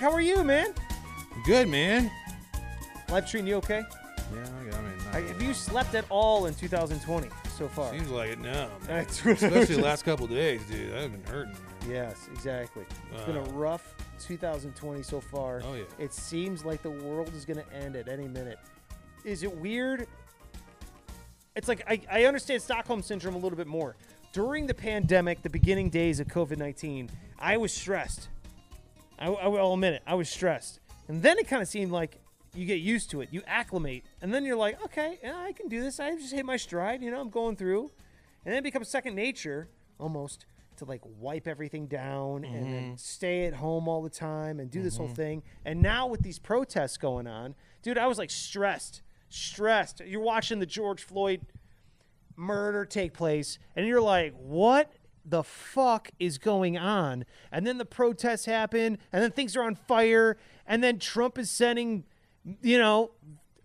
How are you, man? Good, man. Life treating you okay? Yeah, I got I mean, not I, have you slept at all in 2020 so far? Seems like it now. man. That's what I was Especially the just- last couple days, dude. I've been hurting. Yes, exactly. It's been a Wow. rough 2020 so far. Uh. Oh, yeah. It seems like the world is going to end at any minute. Is it weird? It's like I, I understand Stockholm syndrome a little bit more. During the pandemic, the beginning days of COVID 19, I was stressed. I, I will admit it, I was stressed. And then it kind of seemed like you get used to it, you acclimate, and then you're like, okay, yeah, I can do this. I just hit my stride, you know, I'm going through. And then it becomes second nature almost to like wipe everything down and then stay at home all the time and do this whole thing. And now with these protests going on, dude, I was like stressed, stressed. You're watching the George Floyd murder take place and you're like what the fuck is going on and then the protests happen and then things are on fire and then trump is sending you know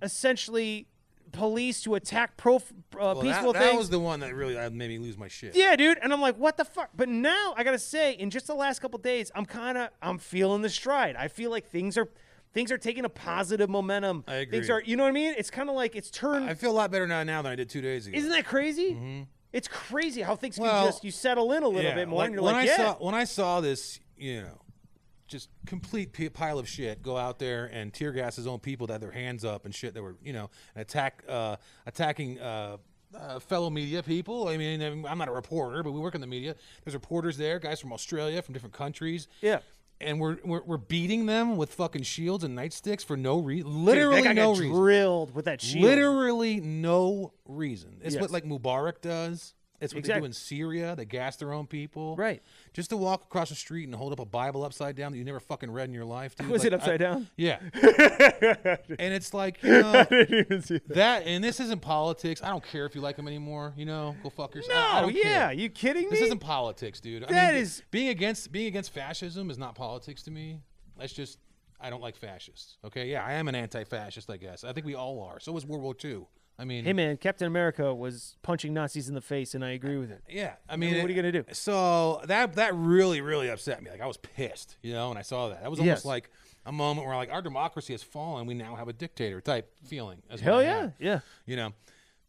essentially police to attack pro uh, Well, peaceful that, that things was the one that really uh, made me lose my shit. yeah dude and i'm like what the fuck but now i gotta say in just the last couple days i'm kind of i'm feeling the stride i feel like things are things are taking a positive momentum I things agree. are you know what i mean it's kind of like it's turned I feel a lot better now, now than I did two days ago. isn't that crazy? It's crazy how things Well, can just you settle in a little yeah, bit more, like, and you're when like, I yeah, saw when I saw this, you know, just complete p- pile of shit go out there and tear gas his own people that had their hands up and shit that were you know and attack uh, attacking. Uh, uh, fellow media people. I mean, I'm not a reporter, but we work in the media. There's reporters there, guys from Australia, from different countries. Yeah. and we're we're, we're beating them with fucking shields and nightsticks for no reason. Literally Dude, that guy no got reason. drilled with that shield. Literally no reason. It's Yes. what like Mubarak does. It's what they Exactly. do in Syria. They gas their own people. Right. Just to walk across the street and hold up a Bible upside down that you never fucking read in your life. Dude. Was Like, it upside I- down? Yeah. and it's like you know, didn't even see that. And this isn't politics. I don't care if you like him anymore. You know, go fuck yourself. No, I, I don't care. yeah, you kidding This me? isn't politics, dude. I That mean, is- being against being against fascism is not politics to me. That's just I don't like fascists. Okay, yeah, I am an anti-fascist. I guess I think we all are. So was World War II. I mean, Hey man, Captain America was punching Nazis in the face, and I agree with it. yeah, I mean, what are you it- gonna do? So that that really really upset me. Like I was pissed, you know, when I saw that. That was almost Yes. like a moment where like our democracy has fallen. We now have a dictator type feeling. As Hell yeah, yeah. you know.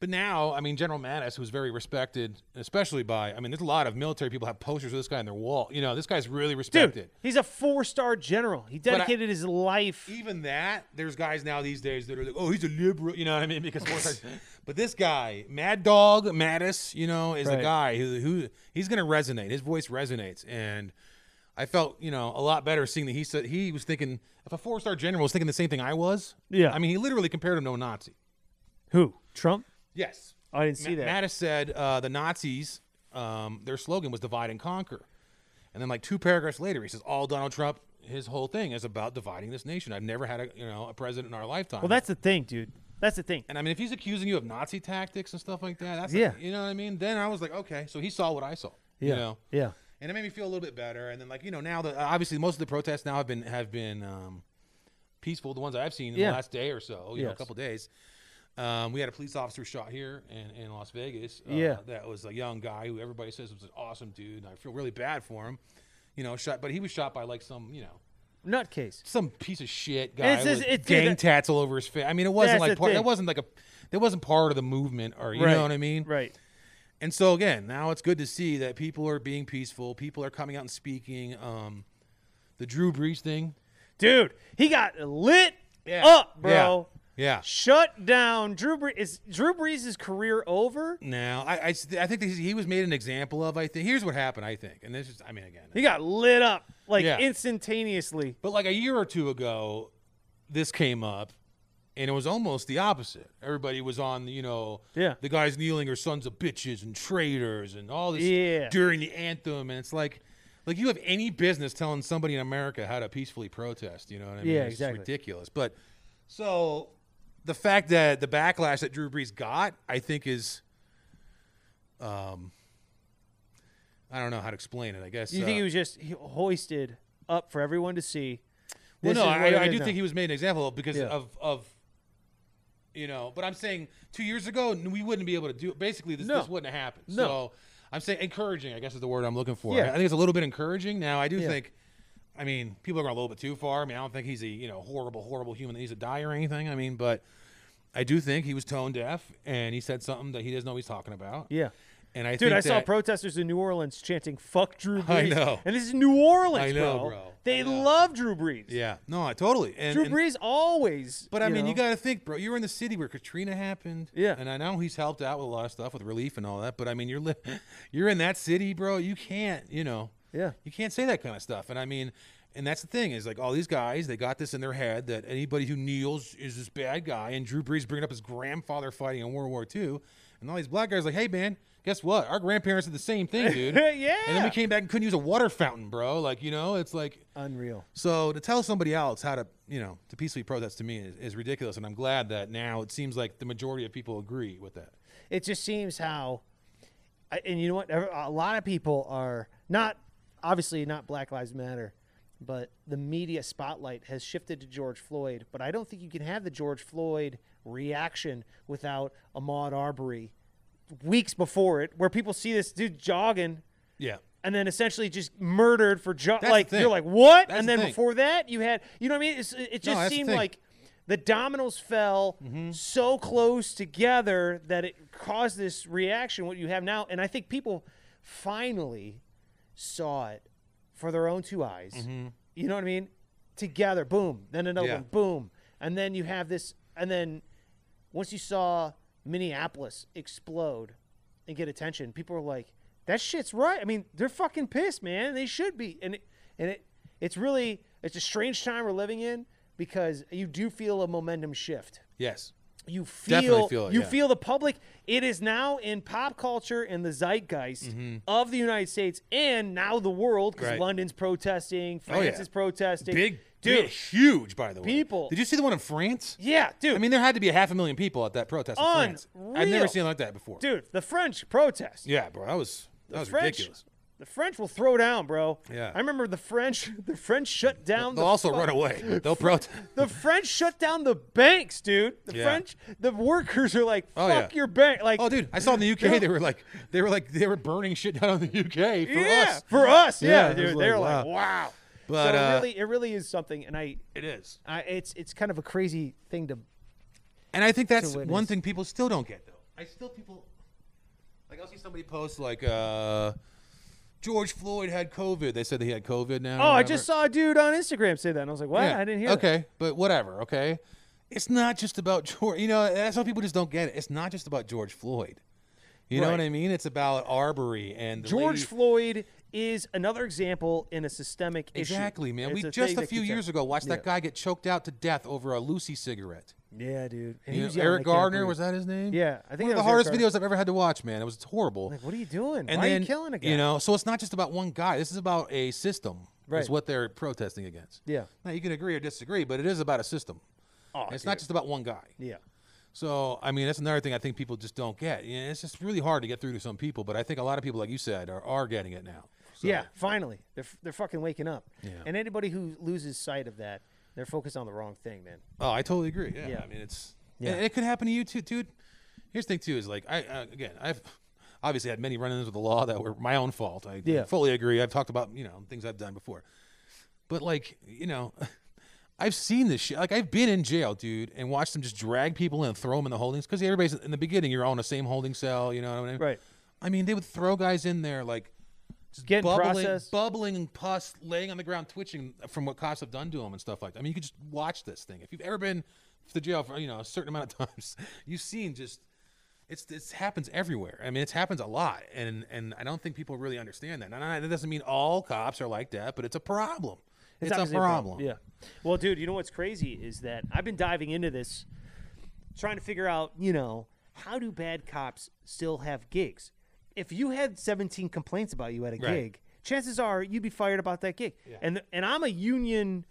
But now, I mean, General Mattis, who's very respected, especially by, I mean, there's a lot of military people have posters of this guy on their wall. You know, this guy's really Dude, respected. he's a four-star general. I- He E dedicated his life. Even that, there's guys now these days that are like, oh, he's a liberal. You know what I mean? Because, more times- but this guy, Mad Dog Mattis, you know, is Right. the guy who, who he's going to resonate. His voice resonates, and I felt, you know, a lot better seeing that he said he was thinking if a four star general was thinking the same thing I was. Yeah. I mean, he literally compared him to a Nazi. Who? Trump? Yes. I didn't see Ma- that. Mattis said uh, the Nazis, um, their slogan was divide and conquer. And then, like two paragraphs later, he says, "All Donald Trump, his whole thing is about dividing this nation. I've never had a you know a president in our lifetime." well, that's the thing, dude. That's the thing. and I mean, if he's accusing you of Nazi tactics and stuff like that, that's Yeah. you know what I mean. Then I was like, okay, so he saw what I saw. Yeah. You know. Yeah. And it made me feel a little bit better. And then, like you know, now the obviously most of the protests now have been have been um, peaceful. The ones I've seen in Yeah. the last day or so, you know, a Yes. couple days. Um, we had a police officer shot here in, in Las Vegas. Uh, Yeah. that was a young guy who everybody says was an awesome dude, and I feel really bad for him. You know, shot, but he was shot by like some, you know, Nutcase. some piece of shit guy it's just- with it's- gang that- tats all over his face. I mean, it wasn't That's the like part, thing. that wasn't like a, that wasn't part of the movement, or you know what I mean? Right. And so again, now it's good to see that people are being peaceful. People are coming out and speaking. Um, the Drew Brees thing, Dude, he got lit Yeah. up, Yeah. bro. yeah. Shut down. Drew Brees is Drew Brees' career over? Now I, I, s- I think that he was made an example of. I think here's what happened. I think, and this is, I mean, again, He got lit up like Yeah. instantaneously. but like a year or two ago, this came up, and it was almost the opposite. Everybody was on, you know, Yeah. the guys kneeling are sons of bitches and traitors and all this Yeah. during the anthem, and it's like. Like you have any business telling somebody in America how to peacefully protest? You know what I mean? Yeah, it's just exactly. ridiculous. But so the fact that the backlash that Drew Brees got, I think, is um, I don't know how to explain it. I guess Do you think uh, he was just he hoisted up for everyone to see? Well, no, This is what I, it I is do now. think he was made an example of because Yeah. of of you know. But I'm saying two years ago n- we wouldn't be able to do basically this, No. this wouldn't have happened. No. So I'm saying encouraging, I guess is the word I'm looking for. Yeah. I think it's a little bit encouraging. Now I do Yeah. think I mean, people are going a little bit too far. I mean, I don't think he's a you know horrible, horrible human that needs to die or anything. I mean, but I do think he was tone deaf and he said something that he doesn't know what he's talking about. Yeah. And I Dude, think I saw that- protesters in New Orleans chanting "fuck Drew I Brees," know. and this is New I Orleans, know, bro. bro. They I know. love Drew Brees. Yeah, no, I totally. And, Drew and- Brees always. But I mean, know. you got to think, bro. You were in the city where Katrina happened. Yeah. And I know he's helped out with a lot of stuff with relief and all that. But I mean, you're li- you're in that city, bro. You can't, you know. Yeah. You can't say that kind of stuff. And I mean, and that's the thing is like all these guys, they got this in their head that anybody who kneels is this bad guy. And Drew Brees bringing up his grandfather fighting in World War II, and all these black guys like, hey man, guess what? Our grandparents did the same thing, dude. And then Yeah. we came back and couldn't use a water fountain, bro. Like you know, it's like. unreal. So to tell somebody else how to, you know, to peacefully protest to me is, is ridiculous, and I'm glad that now it seems like the majority of people agree with that. It just seems how, I- and you know what? ev- A lot of people are not, obviously, not Black Lives Matter, but the media spotlight has shifted to George Floyd. But I don't think you can have the George Floyd reaction without Ahmaud Arbery weeks before it, where people see this dude jogging Yeah, and then essentially just murdered for jo- the like thing. you're like what That's and the then thing. before that you had you know what i mean it's, it just that's the seemed thing. Mm-hmm. like the dominoes fell so close together that it caused this reaction what you have now and i think people finally saw it for their own two eyes you know what i mean together boom then another Mm-hmm. Yeah. one boom and then you have this and then once you saw Minneapolis explode and get attention, people are like, "That shit's right." I mean, they're fucking pissed, man. They should be, and it, and it, it's really it's a strange time we're living in because you do feel a momentum shift. yes, You feel, Definitely feel it, you yeah. feel the public. It is now in pop culture and the zeitgeist of the United States and now the world because Mm-hmm. Right. Oh, London's protesting, France yeah. is protesting. big, dude, dude, huge. By the way, People- Did you see the one in France? yeah, dude. I mean, there had to be a half a million people at that protest in France. I've never Unreal. seen it like that before. dude, the French protest. Yeah, bro, that was that was French, ridiculous. The French will throw down, bro. Yeah. I remember the French. The French shut down. They'll the also fu- run away. but They'll protest. The French shut down the banks, dude. The Yeah. French, the workers are like, Oh, "Fuck yeah. your bank!" Like, Oh, dude, I saw in the UK they were like they were like they were burning shit down in the UK for yeah, us. for us, yeah, Yeah, it was dude. like, They're wow. like, "Wow." But, so it uh, really, it really is something, and I, It is. I, it's, it's kind of a crazy thing to. And I think that's one witness. thing people still don't get though. I still people like I'll see somebody post like uh George Floyd had COVID. They said that he had COVID now. Oh, I whatever. just saw a dude on Instagram say that, and I was like, "What?" Yeah. I didn't hear. that." Okay, but whatever, okay? It's not just about George you know, that's why people just don't get it. It's not just about George Floyd. You know Right. what I mean? It's about Arbery and the George lady- Floyd is another example in a systemic issue. Exactly, man. It's we thing just a that few keeps years happening. ago watched that Yeah. guy get choked out to death over a Lucy cigarette. Yeah, dude. And You he know, was yelling, "I Eric can't Garner breathe." was that his name? Yeah, one I think that of the was Eric hardest Garner. videos I've ever had to watch, man. It was horrible. Like, what are you doing? And Why then are you killing a guy? You know, so it's not just about one guy. This is about a system. Is Right. what they're protesting against. Yeah. Now you can agree or disagree, but it is about a system. Oh, it's not just about one guy. yeah. So I mean, that's another thing I think people just don't get. You know, it's just really hard to get through to some people, but I think a lot of people, like you said, are, are getting it now. So, Yeah, finally. They're, f- they're fucking waking up. Yeah. And anybody who loses sight of that, they're focused on the wrong thing, man. Oh, I totally agree. Yeah. Yeah. I mean, it's Yeah. and it could happen to you too, dude. Here's the thing too is like I uh, again I've obviously had many run-ins with the law that were my own fault. I Yeah. fully agree. I've talked about you know things I've done before, but like you know. I've seen this shit. Like I've been in jail, dude, and watched them just drag people in and throw them in the holdings because everybody's in the beginning. You're all in the same holding cell. You know what I mean? Right. I mean, they would throw guys in there like just Getting bubbling, processed. bubbling and pus, laying on the ground, twitching from what cops have done to them and stuff like that. I mean, you could just watch this thing. If you've ever been to jail for you know a certain amount of times, you've seen just it's it happens everywhere. I mean, it happens a lot, and and I don't think people really understand that. And I, that doesn't mean all cops are like that, but it's a problem. It's, a, obviously problem. Yeah. Well, dude, you know what's crazy is that I've been diving into this, trying to figure out, you know, how do bad cops still have gigs? If you had 17 complaints about you at a Right. gig, chances are you'd be fired about that gig. And and I'm a union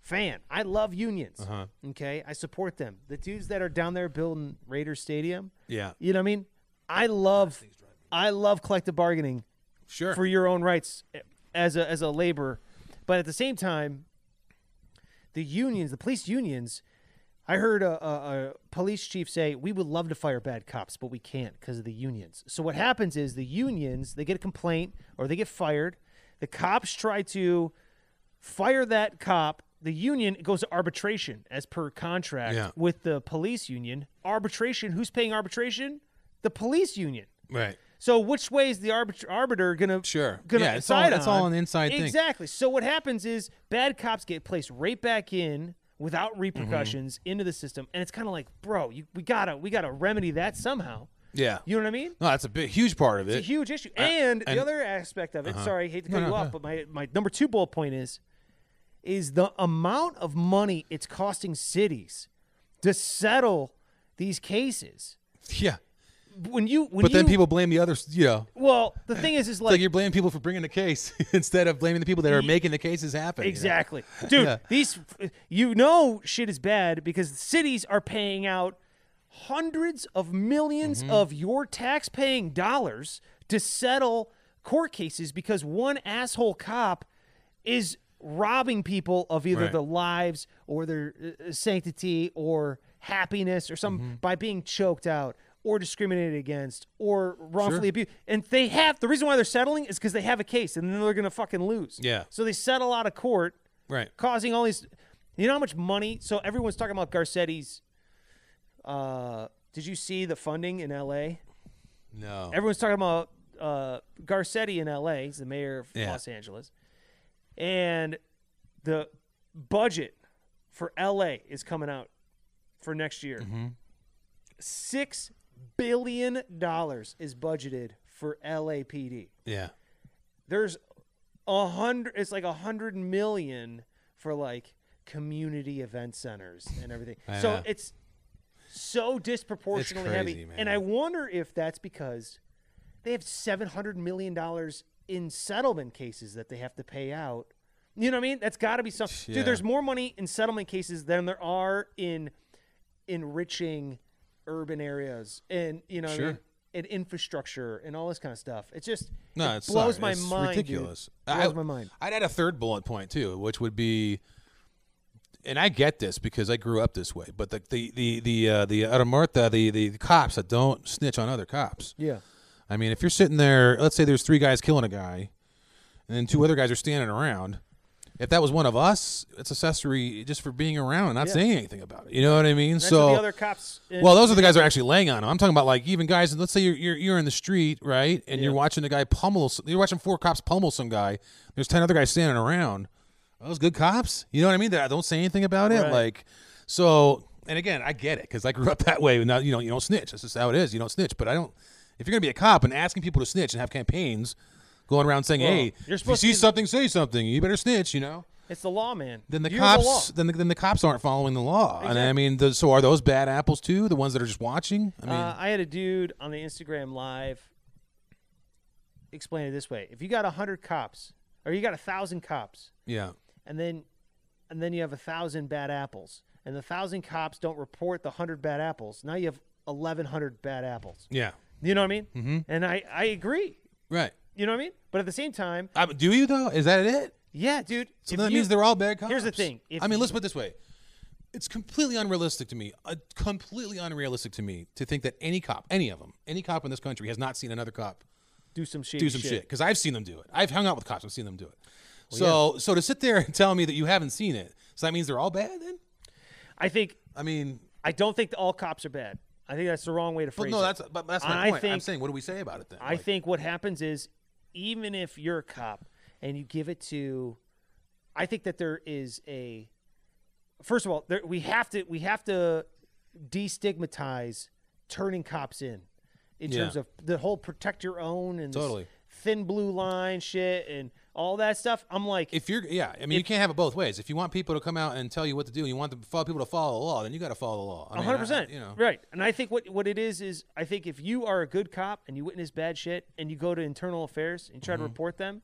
fan. I love unions. Uh-huh. Okay, I support them. The dudes that are down there building Raider Stadium. Yeah. You know what I mean? I love I love collective bargaining Sure. for your own rights eh, as a as a laborer. But at the same time, the unions, the police unions, I heard a, a, a police chief say, "We would love to fire bad cops, but we can't because of the unions." So what happens is the unions they get a complaint or they get fired. The cops try to fire that cop. The union goes to arbitration as per contract Yeah. with the police union. Arbitration, who's paying arbitration? The police union. Right. So which way is the arbit- arbiter gonna Sure. gonna Yeah, it's all- side that's all on? an inside thing. Exactly. So what happens is bad cops get placed right back in without Mm-hmm. repercussions into the system, and it's kind of like, bro, you, we gotta we gotta remedy that somehow. Yeah. You know what I mean? no, that's a big, huge part of it. It's a huge issue. And, and- Uh-huh. the other aspect of it, sorry, I hate to No, cut no, you no. off, but my, my number two bullet point is is the amount of money it's costing cities to settle these cases. yeah. When you when But you, then people blame the other, s- you know, well, the thing is is It's like you're blaming people for bringing the case instead of blaming the people that are making the cases happen. you know? Exactly. Dude, Yeah. these you know shit is bad because the cities are paying out hundreds of 1000000s Mm-hmm. of your tax-paying dollars to settle court cases because one asshole cop is robbing people of either Right. the lives or their uh, sanctity or happiness or some Mm-hmm. by being choked out or discriminated against or wrongfully abused and they have the reason why they're settling is because they have a case and then they're gonna fucking lose Yeah. so they settle out of court, Right. causing all these. You know how much money? So everyone's talking about Garcetti's. Uh, did you see the funding in L.A.? No. Everyone's talking about uh, Garcetti in L.A. He's the mayor of Yeah. Los Angeles, and the budget for L.A. is coming out for next year. Mm-hmm. Six billion dollars is budgeted for LAPD yeah. there's a hundred it's like a hundred million for like community event centers and everything I so know. it's so disproportionately heavy crazy, and man. i wonder if that's because they have 700 million dollars in settlement cases that they have to pay out you know what i mean that's got to be something Yeah. dude there's more money in settlement cases than there are in enriching urban areas and you know what I Sure. mean? and infrastructure and all this kind of stuff it just No, it it's blows not. my It's mind. dude. Ridiculous. Blows my mind. I'd add a third bullet point too, which would be, and I get this because I grew up this way. But the the the the uh, the Aramarta, the the cops that don't snitch on other cops. Yeah. I mean, if you're sitting there, let's say there's three guys killing a guy, and then two other guys are standing around. If that was one of us, it's accessory just for being around and not saying anything about it. You know what I mean? That's so what the other cops. in- Well, those are the guys that are actually laying on him. I'm talking about like even guys. Let's say you're you're, you're in the street, right, and you're watching the guy pummel. s- You're watching four cops pummel some guy. There's ten other guys standing around. Are those good cops. You know what I mean? That don't say anything about it. Right. Like so. And again, I get it because I grew up that way. Now you know you don't snitch. That's just how it is. You don't snitch. But I don't. If you're gonna be a cop and asking people to snitch and have campaigns, going around saying, Well, "Hey, you're if you supposed to see be the- something, say something. You better snitch." You know it's the law, man. then the You're law. cops then the, then the cops aren't following the law and i mean the, so are those bad apples too the ones that are just watching i mean uh, I had a dude on the Instagram live explain it this way: If you got hundred cops, or you got thousand cops, yeah and then and then you have a thousand bad apples, and the thousand cops don't report the hundred bad apples, now you have eleven hundred bad apples. yeah You know what I mean? Mm-hmm. And I I agree. right You know what I mean? But at the same time, I, do you though is that it yeah, dude. so if that you- means they're all bad cops here's the thing, if i mean you- let's put it this way it's completely unrealistic to me uh, completely unrealistic to me to think that any cop any of them any cop in this country has not seen another cop do some shit. do some shit because I've seen them do it. I've hung out with cops. I've seen them do it. so so to sit there and tell me that you haven't seen it, so that means they're all bad then? I think I mean, I don't think that all cops are bad. I think that's the wrong way to but phrase no, it. that's but that's my I point. I'm think- saying, what do we say about it then? I think what happens is, even if you're a cop and you give it to, I think that there is a. First of all, there, we have to we have to destigmatize turning cops in, in Yeah. terms of the whole protect your own and this Totally. thin blue line shit and all that stuff. I'm like, if you're yeah i mean you can't have it both ways if you want people to come out and tell you what to do and you want the fo- people to follow the law then you got to follow the law I mean, I- hundred percent. you know Right. And I think what, what it is is I think if you are a good cop and you witness bad shit and you go to internal affairs and you Mm-hmm. try to report them,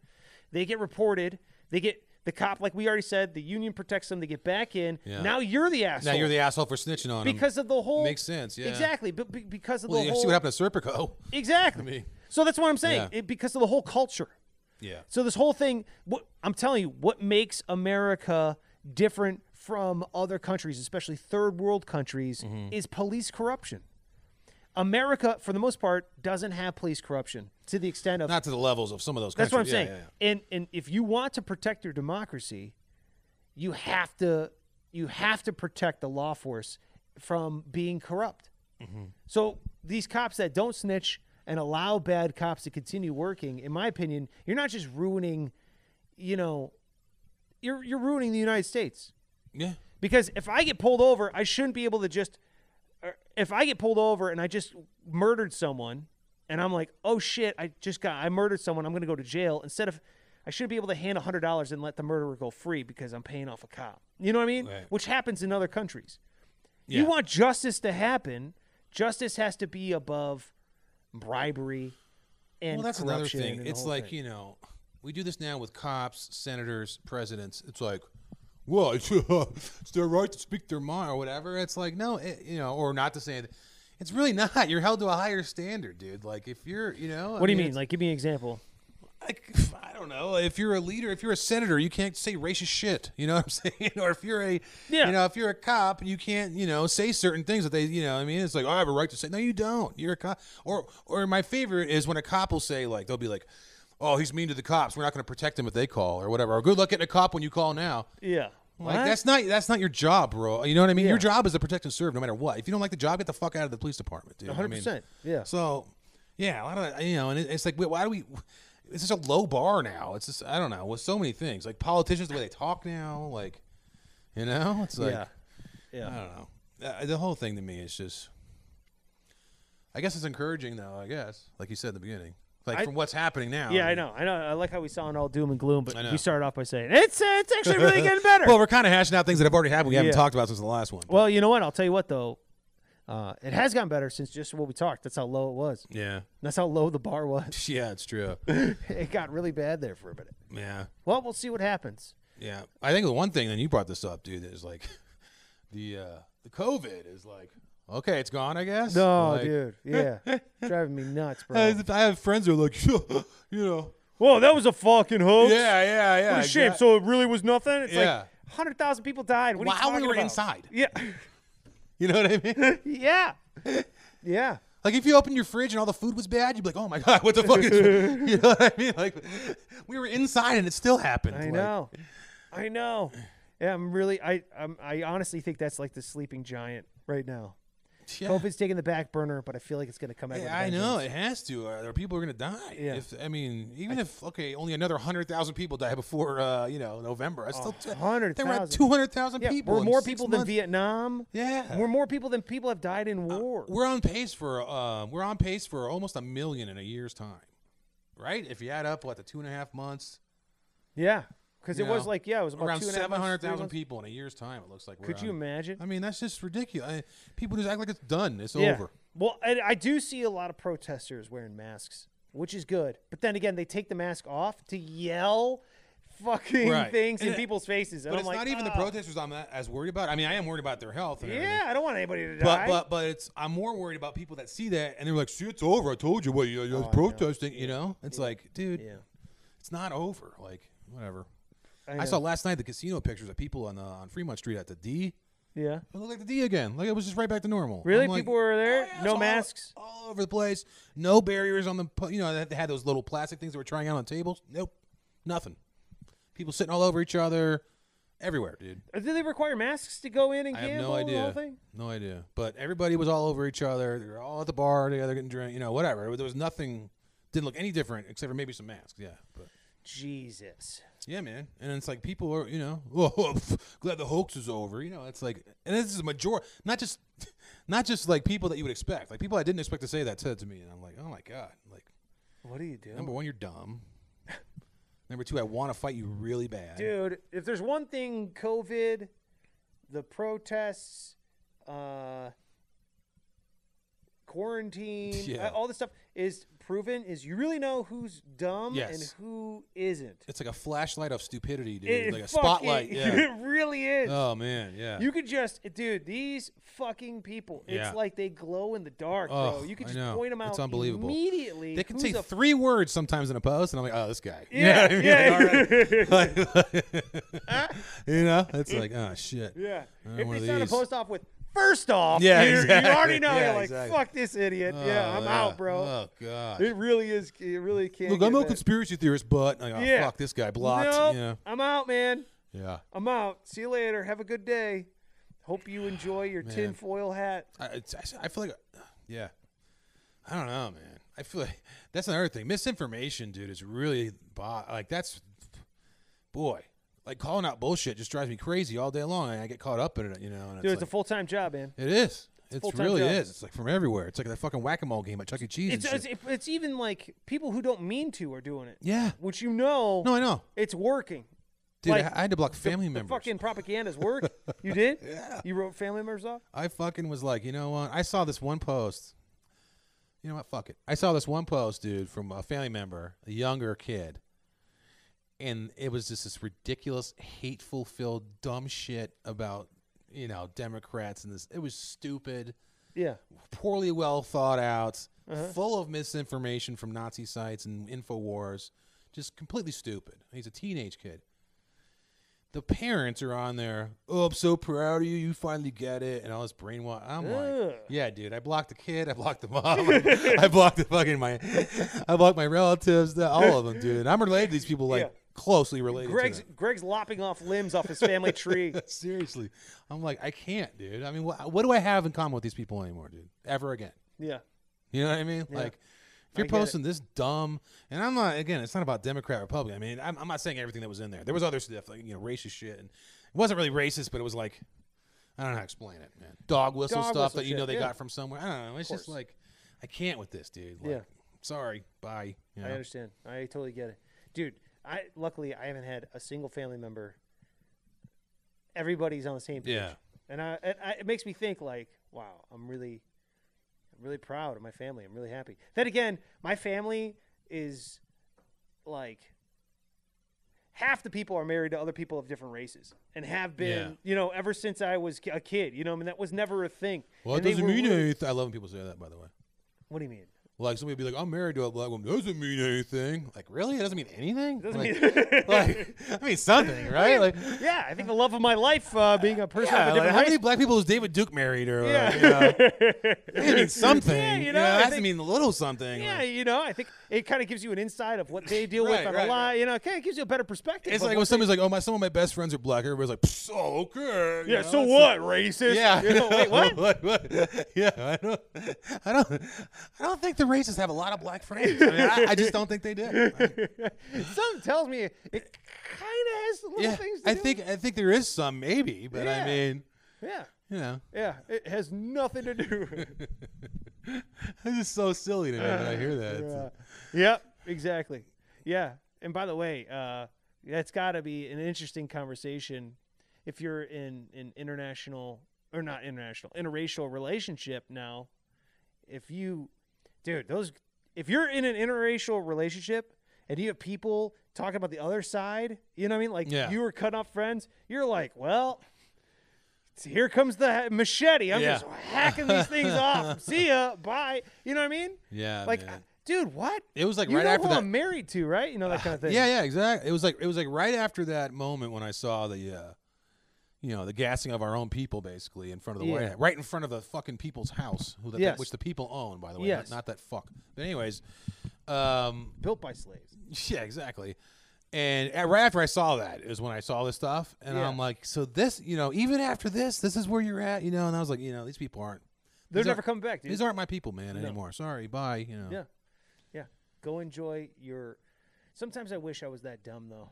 they get reported. They get the cop, like we already said, the union protects them. They get back in. Yeah. Now you're the asshole. now you're the asshole for snitching on 'em. because of the whole Makes sense, yeah. Exactly. But be- because of well, the you whole see what happened to serpico exactly. mean- so that's what I'm saying. Yeah. It, because of the whole culture. yeah So this whole thing, what I'm telling you, what makes America different from other countries, especially third world countries, is police corruption. America, for the most part, doesn't have police corruption to the extent of not to the levels of some of those that's what I'm countries. saying. Yeah, yeah, yeah. And and if you want to protect your democracy, you have to you have to protect the law force from being corrupt. So these cops that don't snitch and allow bad cops to continue working, in my opinion, you're not just ruining, you know, you're you're ruining the United States. Yeah. Because if I get pulled over, I shouldn't be able to just. or If I get pulled over and I just murdered someone, and I'm like, oh shit, I just got, I murdered someone, I'm gonna go to jail. Instead of, I should be able to hand hundred dollars and let the murderer go free because I'm paying off a cop. You know what I mean? Right. Which happens in other countries. Yeah. You want justice to happen. Justice has to be above bribery and Well, that's another corruption. thing. and the It's whole like, thing. you know, we do this now with cops, senators, presidents. It's like, well, it's, it's their right to speak their mind or whatever. It's like, no, it, you know, or not to say it. It's really not. You're held to a higher standard, dude. Like, if you're, you know. what do you mean? Like, give me an example. like I don't know. If you're a leader, if you're a senator, you can't say racist shit. You know what I'm saying? Or if you're a, Yeah. you know, if you're a cop, you can't, you know, say certain things that they, you know, what I mean, it's like "Oh, I have a right to say. No, you don't. You're a cop. Or, or my favorite is when a cop will say like they'll be like, oh, he's mean to the cops. We're not going to protect him if they call or whatever. Or good luck getting a cop when you call now. Yeah. Like What? that's not that's not your job, bro. You know what I mean? Yeah. Your job is to protect and serve, no matter what. If you don't like the job, get the fuck out of the police department, dude. I mean- 100%, yeah. So, yeah, a lot of that, you know, and it, it's like, wait, why do we? It's just a low bar now. It's just I don't know with so many things, like politicians, the way they talk now, like, you know, it's like yeah. Yeah. I don't know. Uh, the whole thing to me is just. I guess it's encouraging, though. I guess, like you said at the beginning, like I- from what's happening now. Yeah, I mean- know. I know. I like how we sound all doom and gloom, but Um, I know. we started off by saying it's uh, it's actually really getting better. Well, well, we're kind of hashing out things that have already happened. We haven't Yeah. talked about since the last one. you know what? I'll tell you what though, uh, it has gotten better since just what we talked. That's how low it was. yeah, That's how low the bar was. yeah, it's true. it got really bad there for a minute. Yeah. Well, we'll see what happens. Yeah, I think the one thing, and you brought this up, dude, is like the uh the COVID is like okay, it's gone, I guess. No, Like, Oh, dude. Yeah, driving me nuts, bro. I, I have friends who are like, you know, Whoa, that was a fucking hoax. yeah, yeah, yeah. What a shame. exact- So it really was nothing. It's Yeah. like hundred thousand people died. What are you While we talking were about? inside. Yeah. you know what I mean? yeah. Yeah. like if you opened your fridge and all the food was bad, you'd be like, oh my god, what the fuck? Is you know what I mean? Like we were inside and it still happened. I Like, know. I know. Yeah, I'm really. I I'm, I honestly think that's like the sleeping giant right now. yeah. Hope it's taking the back burner, but I feel like it's going to come out. with a Yeah, I know vengeance. it has to. Or, or people are gonna die. Yeah. If I mean, even if okay, only another hundred thousand people die before uh, you know November. I still t- There were 100,000. two hundred thousand Yeah, people. we're in more six people than months. Vietnam. Yeah. Uh, We're more people than people have died in war. We're on pace for uh, we're on pace for almost a million in a year's time, right? If you add up what the two and a half months, yeah, because it you was know, like yeah, it was about around two and a half seven months, hundred three thousand months. people in a year's time. It looks like. We're Could you on. imagine? I mean, that's just ridiculous. I, people just act like it's done. It's yeah. over. Well, I, I do see a lot of protesters wearing masks, which is good. But then again, they take the mask off to yell fucking Right. things in And it- people's faces. And But I'm it's like, not even the "Oh, protesters I'm that- as worried about. I mean, I am worried about their health. And everything. Yeah, I don't want anybody to die. But but but it's I'm more worried about people that see that and they're like, "See, it's over. I told you. What you, Oh, you was protesting? You know? It's like, dude, Yeah. it's not over. Like, whatever. I I, saw know. last night the casino pictures of people on uh, on Fremont Street at the D. yeah. It looked like the D again. Like it was just right back to normal. Really? I'm like, "Oh, People were there? yeah, it's No all- masks? all over the place. No barriers on the. pu- You know, they- they had those little plastic things that were trying out on tables. Nope, nothing. People sitting all over each other, everywhere, dude. Uh, Do they require masks to go in and I gamble? have no and The whole idea. thing? No idea. But everybody was all over each other. They were all at the bar together getting drunk. You know, whatever. There was nothing. Didn't look any different except for maybe some masks. Yeah, but Jesus. yeah, man. And it's like people are, you know, oh, pff, glad the hoax is over. You know, it's like, and this is a major, not just, not just like people that you would expect. Like people I didn't expect to say that said to me, and I'm like, oh my god. Like What do you do? number one, you're dumb. number two, I want to fight you really bad. Dude, if there's one thing COVID, the protests, uh, quarantine, Yeah. uh, all this stuff is proven is you really know who's dumb Yes. and who isn't. It's like a flashlight of stupidity, dude. It like a fucking- spotlight. Yeah. It really is. oh man. Yeah. You could just, dude, these fucking people. It's Yeah, like they glow in the dark, bro. Oh, You could I just know. point them out It's unbelievable. immediately. They can say who's a three words sometimes in a post, and I'm like, oh, this guy. You know Yeah, what I mean? Like, all right. you know, it's like, oh shit. Yeah. Uh, If one they of start a these. post off with first off, Yeah, you, exactly. you already know Yeah, you're like, exactly. fuck this idiot. yeah, Oh, I'm out, bro. Oh god. It really is it really can't. Look, I'm get no better. conspiracy theorist, but like, oh, Yeah. fuck this guy blocked. Nope, You know, I'm out, man. Yeah. I'm out. See you later. Have a good day. Hope you enjoy your Man. tinfoil hat. I, it's- I, s- I feel like, yeah, I don't know, man. I feel like that's another thing. Misinformation, dude, is really bo- like that's, boy, like calling out bullshit just drives me crazy all day long, and I get caught up in it, you know. And Dude, it's it's a full time job, man. like, it is. It's full-time really job. is. It's like from everywhere. It's like that fucking whack a mole game at Chuck E. Cheese. It's, uh, and shit. it's it's even like people who don't mean to are doing it, yeah. which you know No, I know, it's working. dude. Like, I, I had to block family The members. fucking propaganda's work. You did? yeah. You wrote family members off? I fucking was like, you know what? I saw this one post. You know what? Fuck it. I saw this one post, dude, from a family member, a younger kid, and it was just this ridiculous, hateful, filled, dumb shit about you know Democrats and this. It was stupid, Yeah. poorly well thought out, Uh-huh. full of misinformation from Nazi sites and Infowars, just completely stupid. He's a teenage kid the parents are on there. Oh, I'm so proud of you. You finally get it, and all this brainwash. I'm Ugh. like, yeah, dude. I blocked the kid. I blocked the mom. I blocked the fucking my. I blocked my relatives. the- All of them, dude. I'm related to these people, like Yeah. closely related. Greg's to them. Greg's lopping off limbs off his family tree. seriously. I'm like, I can't, dude. I mean, what, what do I have in common with these people anymore, dude? Ever again? Yeah. You know what I mean? Like, if you're get it. posting this dumb, and I'm not again, it's not about Democrat Republican. I mean, I'm, I'm not saying everything that was in there. There was other stuff, like you know, racist shit, and it wasn't really racist, but it was like, I don't know how to explain it, man. Dog whistle Dog stuff whistle that you shit, know they yeah. got from somewhere. I don't know. It's just like, I can't with this, dude. Like, Yeah. Sorry. Bye. You I know? understand. I totally get it, dude. I luckily I haven't had a single family member. Everybody's on the same page, Yeah. and I, and I it makes me think like, wow, I'm really, I'm really proud of my family. I'm really happy. Then again, my family is like half the people are married to other people of different races and have been, Yeah. you know, ever since I was a kid. You know, I mean, that was never a thing. Well, it And they doesn't were mean really- anything. I love when people say that, by the way. What do you mean? Like somebody would be like, "I'm married to a black woman." Doesn't mean anything. Like, really? It doesn't mean anything. Doesn't like, mean- like, I mean something, right? Like, Yeah, I think the love of my life uh, being a person Yeah, of a like, different how race. many black people is David Duke married or Yeah. like, you know, it means something. Yeah, Yeah, you you know, I it has think- to mean a little something. Yeah, like- you know, I think it kind of gives you an insight of what they deal with Right, on right, a lot. right. You know, okay, it gives you a better perspective. it's of like what when somebody's like, "Oh my, some of my best friends are black." Everybody's like, "Psst, "Oh, okay." they- you yeah. know, So it's like- what, racist? yeah. You know, wait, what? What- what? Yeah, I don't, I don't, I don't think the racists have a lot of black friends. I, mean, I, I just don't think they do. I- Something tells me it kind of has little yeah, things. To I do think, I think there is some maybe, but Yeah. I mean, with- Yeah, you know, yeah. It has nothing to do. with it's just so silly to me when I hear that. It's- uh, Yep. Exactly. Yeah. And by the way, uh, that's got to be an interesting conversation if you're in an international or not international interracial relationship now if you dude those if you're in an interracial relationship and you have people talking about the other side you know what i mean like Yeah. you were cut off friends you're like well it's- here comes the ha- machete i'm Yeah. just hacking these things off see ya bye you know what i mean yeah, like man. I- dude what It was like you right know after who that. Ah, i'm married to right you know that kind of thing Yeah, yeah, exactly. It was like it was like right after that moment when I saw the, uh, you know, the gassing of our own people basically in front of the Yeah. White House, right in front of the fucking people's house, who the, Yes. which the people own, by the way, Yes. not, not that fuck. But anyways, um, built by slaves yeah, exactly. And uh, right after I saw that is when I saw this stuff, and Yeah. I'm like, so this, you know, even after this, this is where you're at, you know. And I was like, you know, these people aren't. they're these never aren't- coming back dude These aren't my people, man, anymore. Sorry, bye. You know. Yeah. Yeah. Go enjoy your. Sometimes I wish I was that dumb though.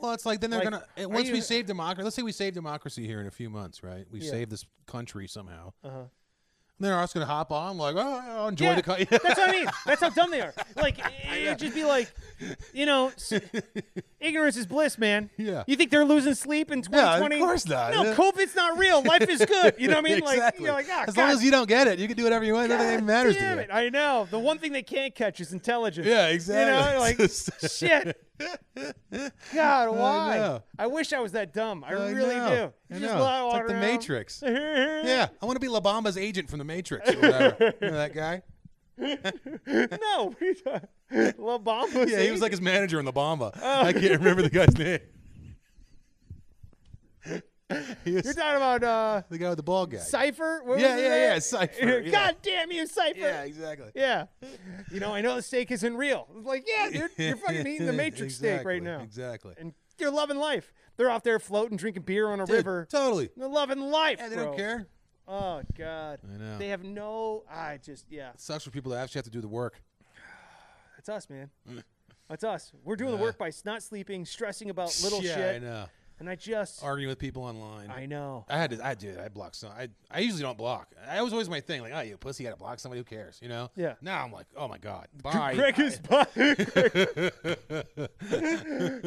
Well, it's like then they're Like, gonna are and once we you- save democracy. Let's say we save democracy here in a few months, right? We Yeah. save this country somehow. Uh-huh. And they're also gonna hop on like, oh, I'll enjoy the country. That's what I mean. That's how dumb they are. Like it would just be like, you know, s- ignorance is bliss, man. Yeah. You think they're losing sleep in 2020? course not. No, Yeah. COVID's not real. Life is good. You know what I mean? Like exactly. you're like, ah, as God, long as you don't get it, you can do whatever you want. Nothing God even matters damn to it. I know. The one thing they can't catch is intelligence. you. Yeah, You know, like exactly. shit. God, why? know. I, wish I was that dumb. I, I really know. do. I You know. lie It's like the around. Matrix. yeah, I want to be La Bamba's agent from the Matrix or whatever. you know that guy? no, we don't. La Bamba. Yeah, he was like his manager in La Bamba. I can't remember the guy's name. He was you're talking about uh, the guy with the ball guy. Cipher. What Yeah, was his yeah, name? yeah, Cypher, yeah. God damn you, Cipher. yeah, exactly. Yeah. you know, I know the steak isn't real. It's like, yeah, dude, you're fucking eating the Matrix steak right Exactly, now, Exactly. and you're loving life. They're off there floating, drinking beer on a Dude, river. Totally. They're loving life. Yeah, they bro. don't care. Oh God. I know. They have no. I just yeah. sucks for people that actually have to do the work. That's us, man. That's us. We're doing the work by not sleeping, stressing about little yeah, shit, I know. and I just. Arguing with people online. I know. I had to. I did. I blocked some. I, I usually don't block. That was always my thing. Like, oh, you pussy, you gotta block somebody. Who cares? You know. Yeah. Now I'm like, oh my god. Bye. Greg is Greg-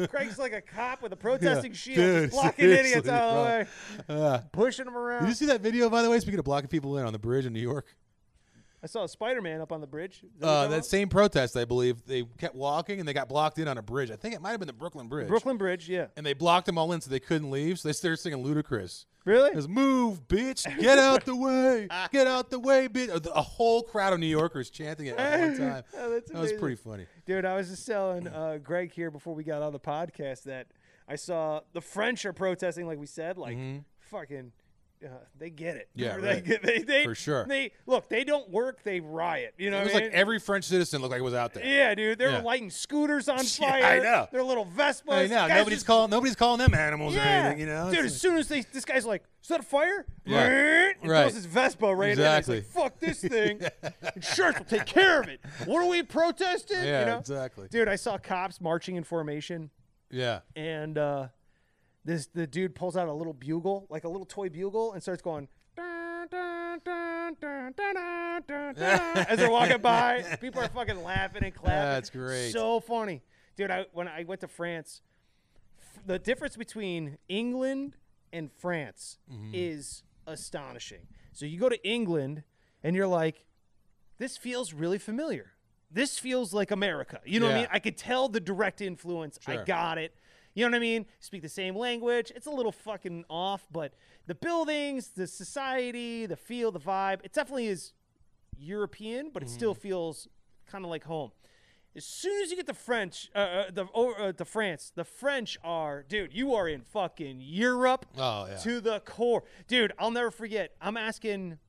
Greg's like a cop with a protesting shield, dude, just blocking idiots seriously, out of the way, bro. Uh, pushing them around. did you see that video, by the way? Speaking of blocking people in on the bridge in New York, I saw a Spider Man up on the bridge. Is that what uh, you're that talking same protest, I believe, they kept walking and they got blocked in on a bridge. I think it might have been the Brooklyn Bridge. about? Brooklyn Bridge. Yeah, And they blocked them all in, so they couldn't leave. So they started singing ludicrous. really? It was, move, bitch, get out the way, get out the way, bitch. Uh, the- A whole crowd of New Yorkers chanting it at one time. Oh, that's that was amazing. pretty funny. Dude, I was just telling uh, Greg here before we got on the podcast that I saw the French are protesting, like we said, like fucking, uh, they get it. Mm-hmm. Yeah, they, right. get- they, they- For sure. They look, they don't work, they riot. You know, It what was I like mean? every French citizen looked like it was out there. yeah, dude, they're Yeah. lighting scooters on Yeah, I fire. know. Their little Vespas. I know. Guys Nobody's just- calling. Nobody's calling them animals Yeah, or anything. You know. dude. It's As soon as they, this guy's like, "Is that a fire?" Yeah. And Right. Throws his Vespa right in. Exactly. He's like, "Fuck this thing. Insurance will take care of it." What are we protesting? like- You yeah, know? exactly. dude i saw cops marching in formation Yeah. and uh this the dude pulls out a little bugle like a little toy bugle and starts going "Dun, dun, dun, dun, dun, dun, dun, dun," as they're walking by people are fucking laughing and clapping That's great. so funny dude i when i went to france f- the difference between england and france Mm-hmm. is astonishing so you go to england and you're like this feels really familiar. This feels like America. You know what I Yeah. mean? I could tell the direct influence. I Sure. got it. You know what I mean? Speak the same language. It's a little fucking off, but the buildings, the society, the feel, the vibe, it definitely is European, but it still Mm. feels kind of like home. As soon as you get the French, uh, uh, the or, uh, the France, the French are, dude, you are in fucking Europe Oh yeah. to the core. Dude, I'll never forget. I'm asking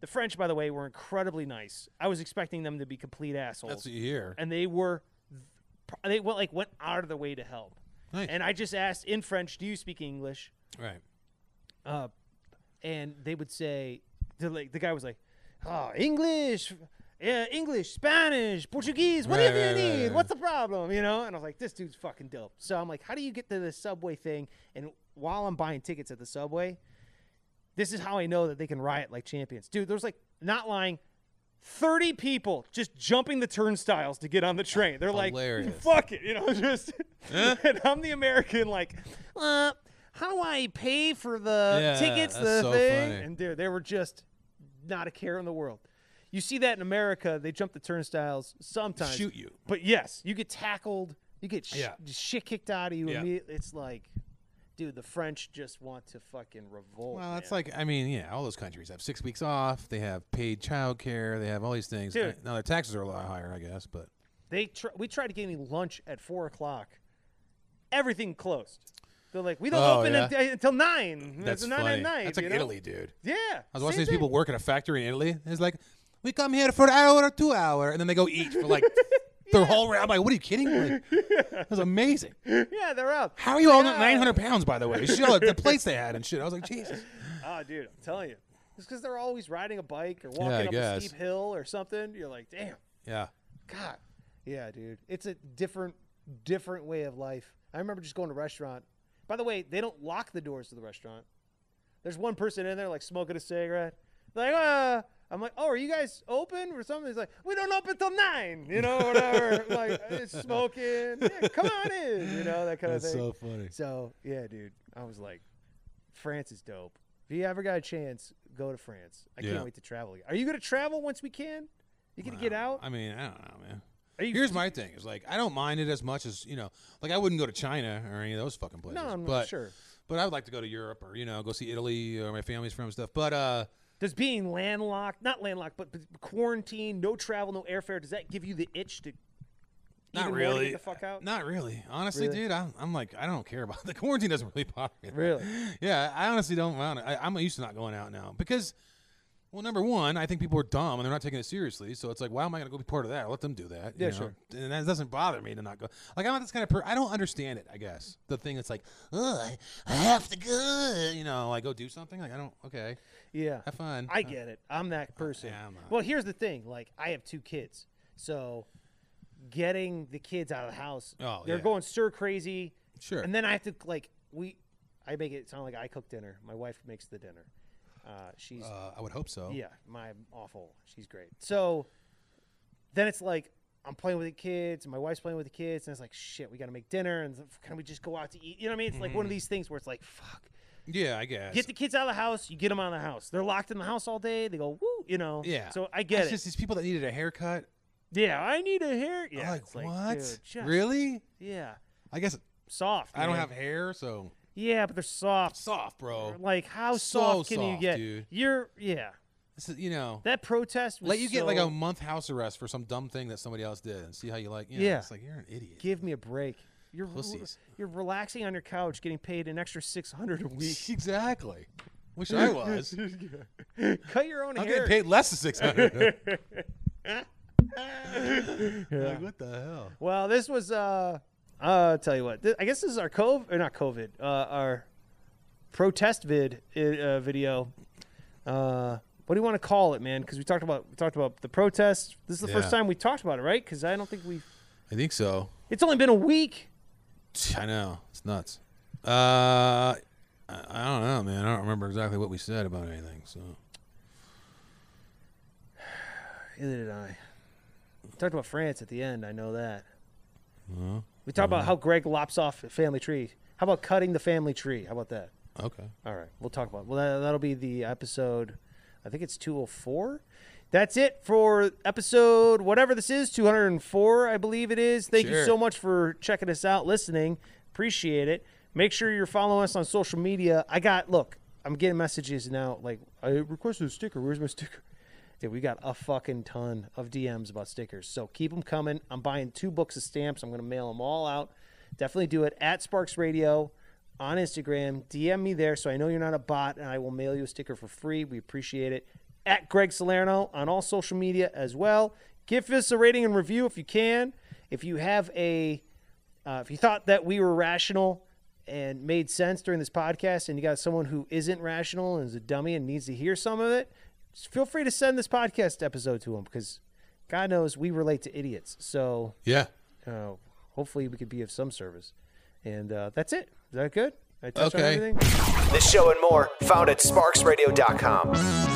the French, by the way, were incredibly nice. I was expecting them to be complete assholes. That's what you hear. and they were they went like went out of their way to help. Nice. And I just asked in French, do you speak English? Right. Uh, and they would say the like the guy was like, Oh, English yeah, English, Spanish, Portuguese, what Right, do you right, right, need? right. What's the problem? You know? And I was like, this dude's fucking dope. So I'm like, how do you get to the subway thing? And while I'm buying tickets at the subway, this is how I know that they can riot like champions. Dude, there's like, not lying, 30 people just jumping the turnstiles to get on the train. They're like, Hilarious. fuck it, you know, just. and I'm the American, like, uh, how do I pay for the Yeah, tickets, that's the so thing? funny. And dude, they were just not a care in the world. You see that in America, they jump the turnstiles sometimes. Shoot you. But yes, you get tackled, you get sh- Yeah. shit kicked out of you Yeah. immediately. It's like, dude, the French just want to fucking revolt. Well, it's man. like I mean, yeah, all those countries have six weeks off. They have paid childcare. They have all these things. Dude. Now their taxes are a lot higher, I guess, but they tr- we tried to get me lunch at four o'clock. Everything closed. They're like, we don't Oh, open yeah. unt- until nine. that's it's nine funny. at night. that's like you know? Italy, dude. Yeah. I was watching same these thing. people work at a factory in Italy. It's like, we come here for an hour or two hour, and then they go eat for like their whole round. I'm like, what are you kidding? Like, That was amazing. Yeah, they're out. How are you all Yeah. 900 pounds, by the way? Shit, all the- the plates they had and shit. I was like, Jesus. Ah, dude, I'm telling you. It's because they're always riding a bike or walking I up a guess. steep hill or something. You're like, damn, Yeah. God. Yeah, dude. It's a different, different way of life. I remember just going to a restaurant. By the way, they don't lock the doors to the restaurant. There's one person in there, like, smoking a cigarette. Like, uh, I'm like, oh, are you guys open or something? He's like, we don't open till nine, you know, whatever. like, it's smoking. Yeah, come on in, you know, that kind of That's thing. so funny. So yeah, dude, I was like, France is dope. If you ever got a chance, go to France. I Yeah. can't wait to travel. again. Are you gonna travel once we can? You gonna get out? I mean, I don't know, man. Are you- Here's my thing: is like I don't mind it as much as you know. Like I wouldn't go to China or any of those fucking places. no, I'm but, not sure. But I would like to go to Europe or you know go see Italy or my family's from and stuff. But uh, Does being landlocked, not landlocked, but, but quarantine, no travel, no airfare, does that give you the itch to not even really. more to get the fuck out? Not really. Honestly, Really? dude, I'm, I'm like I don't care about the quarantine. Doesn't really bother me. Really? Yeah, I honestly don't want it. I, I'm used to not going out now because Well, number one, I think people are dumb and they're not taking it seriously. So it's like, why am I going to go be part of that? Let them do that. you Yeah, know? sure. And that doesn't bother me to not go. Like I'm not this kind of person. I don't understand it. I guess the thing that's like, oh, I, I have to go. You know, like go do something. Like I don't. Okay, Yeah. have fun. I get it. I'm that person. yeah, I'm not- well, here's the thing. Like, I have two kids, so getting the kids out of the house, Oh, they're yeah. going stir crazy. Sure. And then I have to like we, I make it sound like I cook dinner. My wife makes the dinner. Uh, she's uh, I would hope so. yeah, my awful. She's great. So then it's like I'm playing with the kids, and my wife's playing with the kids, and it's like shit, we got to make dinner, and it's like, can we just go out to eat? You know what I mean? It's like one Mm-hmm. of these things where it's like fuck. Yeah, I guess. Get the kids out of the house. You get them out of the house. They're locked in the house all day. They go woo, you know. yeah. So I get it's it. just these people that needed a haircut. yeah, I need a hair. I'm Yeah. like it's like, what? dude, just- really? Yeah. I guess Soft. I don't man. have hair, so Yeah, but they're soft. soft, bro. Like how So soft can you soft, get? dude. You're yeah. This is, you know. That protest. Was Let you get like so- a month house arrest for some dumb thing that somebody else did and see how you like. You know, Yeah. It's like you're an idiot. Give me a break. You're re- Pussies. you're relaxing on your couch, getting paid an extra six hundred a week. exactly. Wish I was. Cut your own I'm hair. getting paid less than six hundred. Yeah. Like what the hell? Well, this was uh, uh tell you what. Th- I guess this is our COVID or not COVID. Uh, our protest vid i- uh, video. Uh, what do you want to call it, man? Because we talked about we talked about the protest. This is the first Yeah. time we talked about it, right? Because I don't think we. have I think so. It's only been a week. I know it's nuts. Uh, I, I don't know, man. I don't remember exactly what we said about anything. So Neither did I. We talked about France at the end. I know that. We talked about how Greg lops off the family tree. How about cutting the family tree? How about that? okay, All right, we'll talk about. Well, that, that'll be the episode. I think it's 204. That's it for episode whatever this is, 204, I believe it is. Thank you Sure. so much for checking us out, listening. Appreciate it. Make sure you're following us on social media. I got look. I'm getting messages now. Like I requested a sticker. Where's my sticker? Dude, we got a fucking ton of DMs about stickers. So keep them coming. I'm buying two books of stamps. I'm going to mail them all out. Definitely do it at Sparks Radio on Instagram. DM me there so I know you're not a bot and I will mail you a sticker for free. We appreciate it. At Greg Salerno on all social media as well. Give us a rating and review if you can. If you have a uh, if you thought that we were rational and made sense during this podcast, and you got someone who isn't rational and is a dummy and needs to hear some of it, just feel free to send this podcast episode to them because God knows we relate to idiots. So yeah, uh, hopefully we could be of some service. And uh, that's it. Is that good? Did I touch on Okay. everything? This show and more found at sparksradio.com.